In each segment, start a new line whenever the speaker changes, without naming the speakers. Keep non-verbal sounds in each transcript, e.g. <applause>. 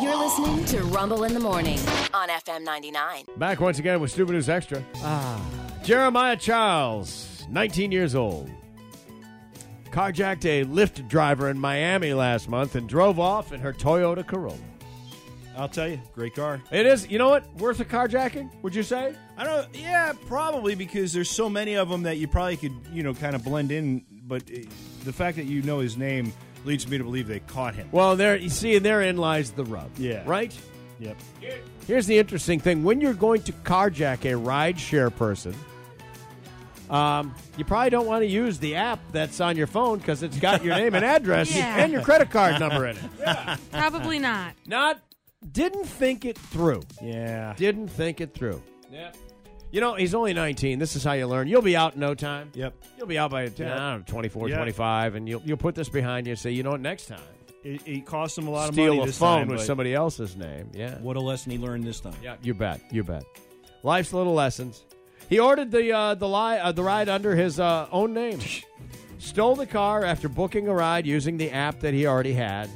You're listening to Rumble in the Morning on FM 99.
Back once again with Stupid News Extra. Ah. Jeremiah Charles, 19 years old, carjacked a Lyft driver in Miami last month and drove off in her Toyota Corolla.
I'll tell you, great car.
It is, you know what, worth a carjacking, would you say?
I don't. Yeah, probably because there's so many of them that you probably could, you know, kind of blend in. But uh, the fact that you know his name leads me to believe they caught him.
Well, there, you see, and therein lies the rub.
Yeah.
Right?
Yep.
Here's the interesting thing: when you're going to carjack a rideshare person, um, you probably don't want to use the app that's on your phone because it's got your
<laughs>
name and address
Yeah.
and your credit card number in it.
Probably not.
Not didn't think it through.
Yeah.
Didn't think it through. Yep. You know, he's only 19. This is how you learn. You'll be out in no time.
Yep.
You'll be out by I don't know, 24,
Yep.
25, and you'll you'll put this behind you and say, you know, what, next time
It, it cost him a lot of
steal
money
a
this
phone
time,
with
but-
somebody else's name. Yeah.
What a lesson he learned this time.
Yeah, you bet. You bet. Life's little lessons. He ordered the uh, the, li- uh, the ride under his uh, own name. Stole the car after booking a ride using the app that he already had.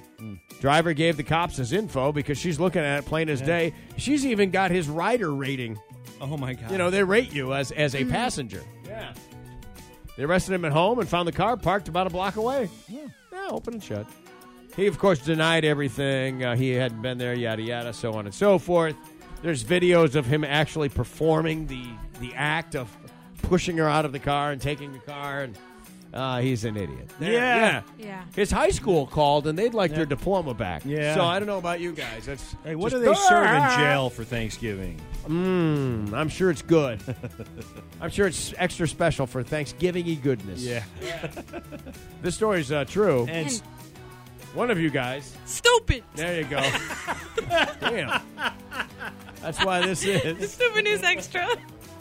Driver gave the cops his info because she's looking at it plain as day. She's even got his rider rating.
Oh my god.
You know, they rate you as as
Mm-hmm.
a passenger. Yeah. They arrested him at home and found the car parked about a block away. Yeah. open and shut. He, of course, denied everything. Uh, he hadn't been there, yada yada, so on and so forth. There's videos of him actually performing the the act of pushing her out of the car and taking the car, and uh, he's an idiot. There-
Yeah.
Yeah.
His high school called and they'd like their diploma back.
Yeah.
So I don't know about you guys. That's
Hey, what
just- Ah!
do they
<laughs>
serve in jail for Thanksgiving?
Mm, I'm sure it's good. <laughs> I'm sure it's extra special for Thanksgiving y goodness. This story's uh, true.
And s-
One of you guys.
Stupid.
There you go. Damn. That's why this is.
Stupid news extra.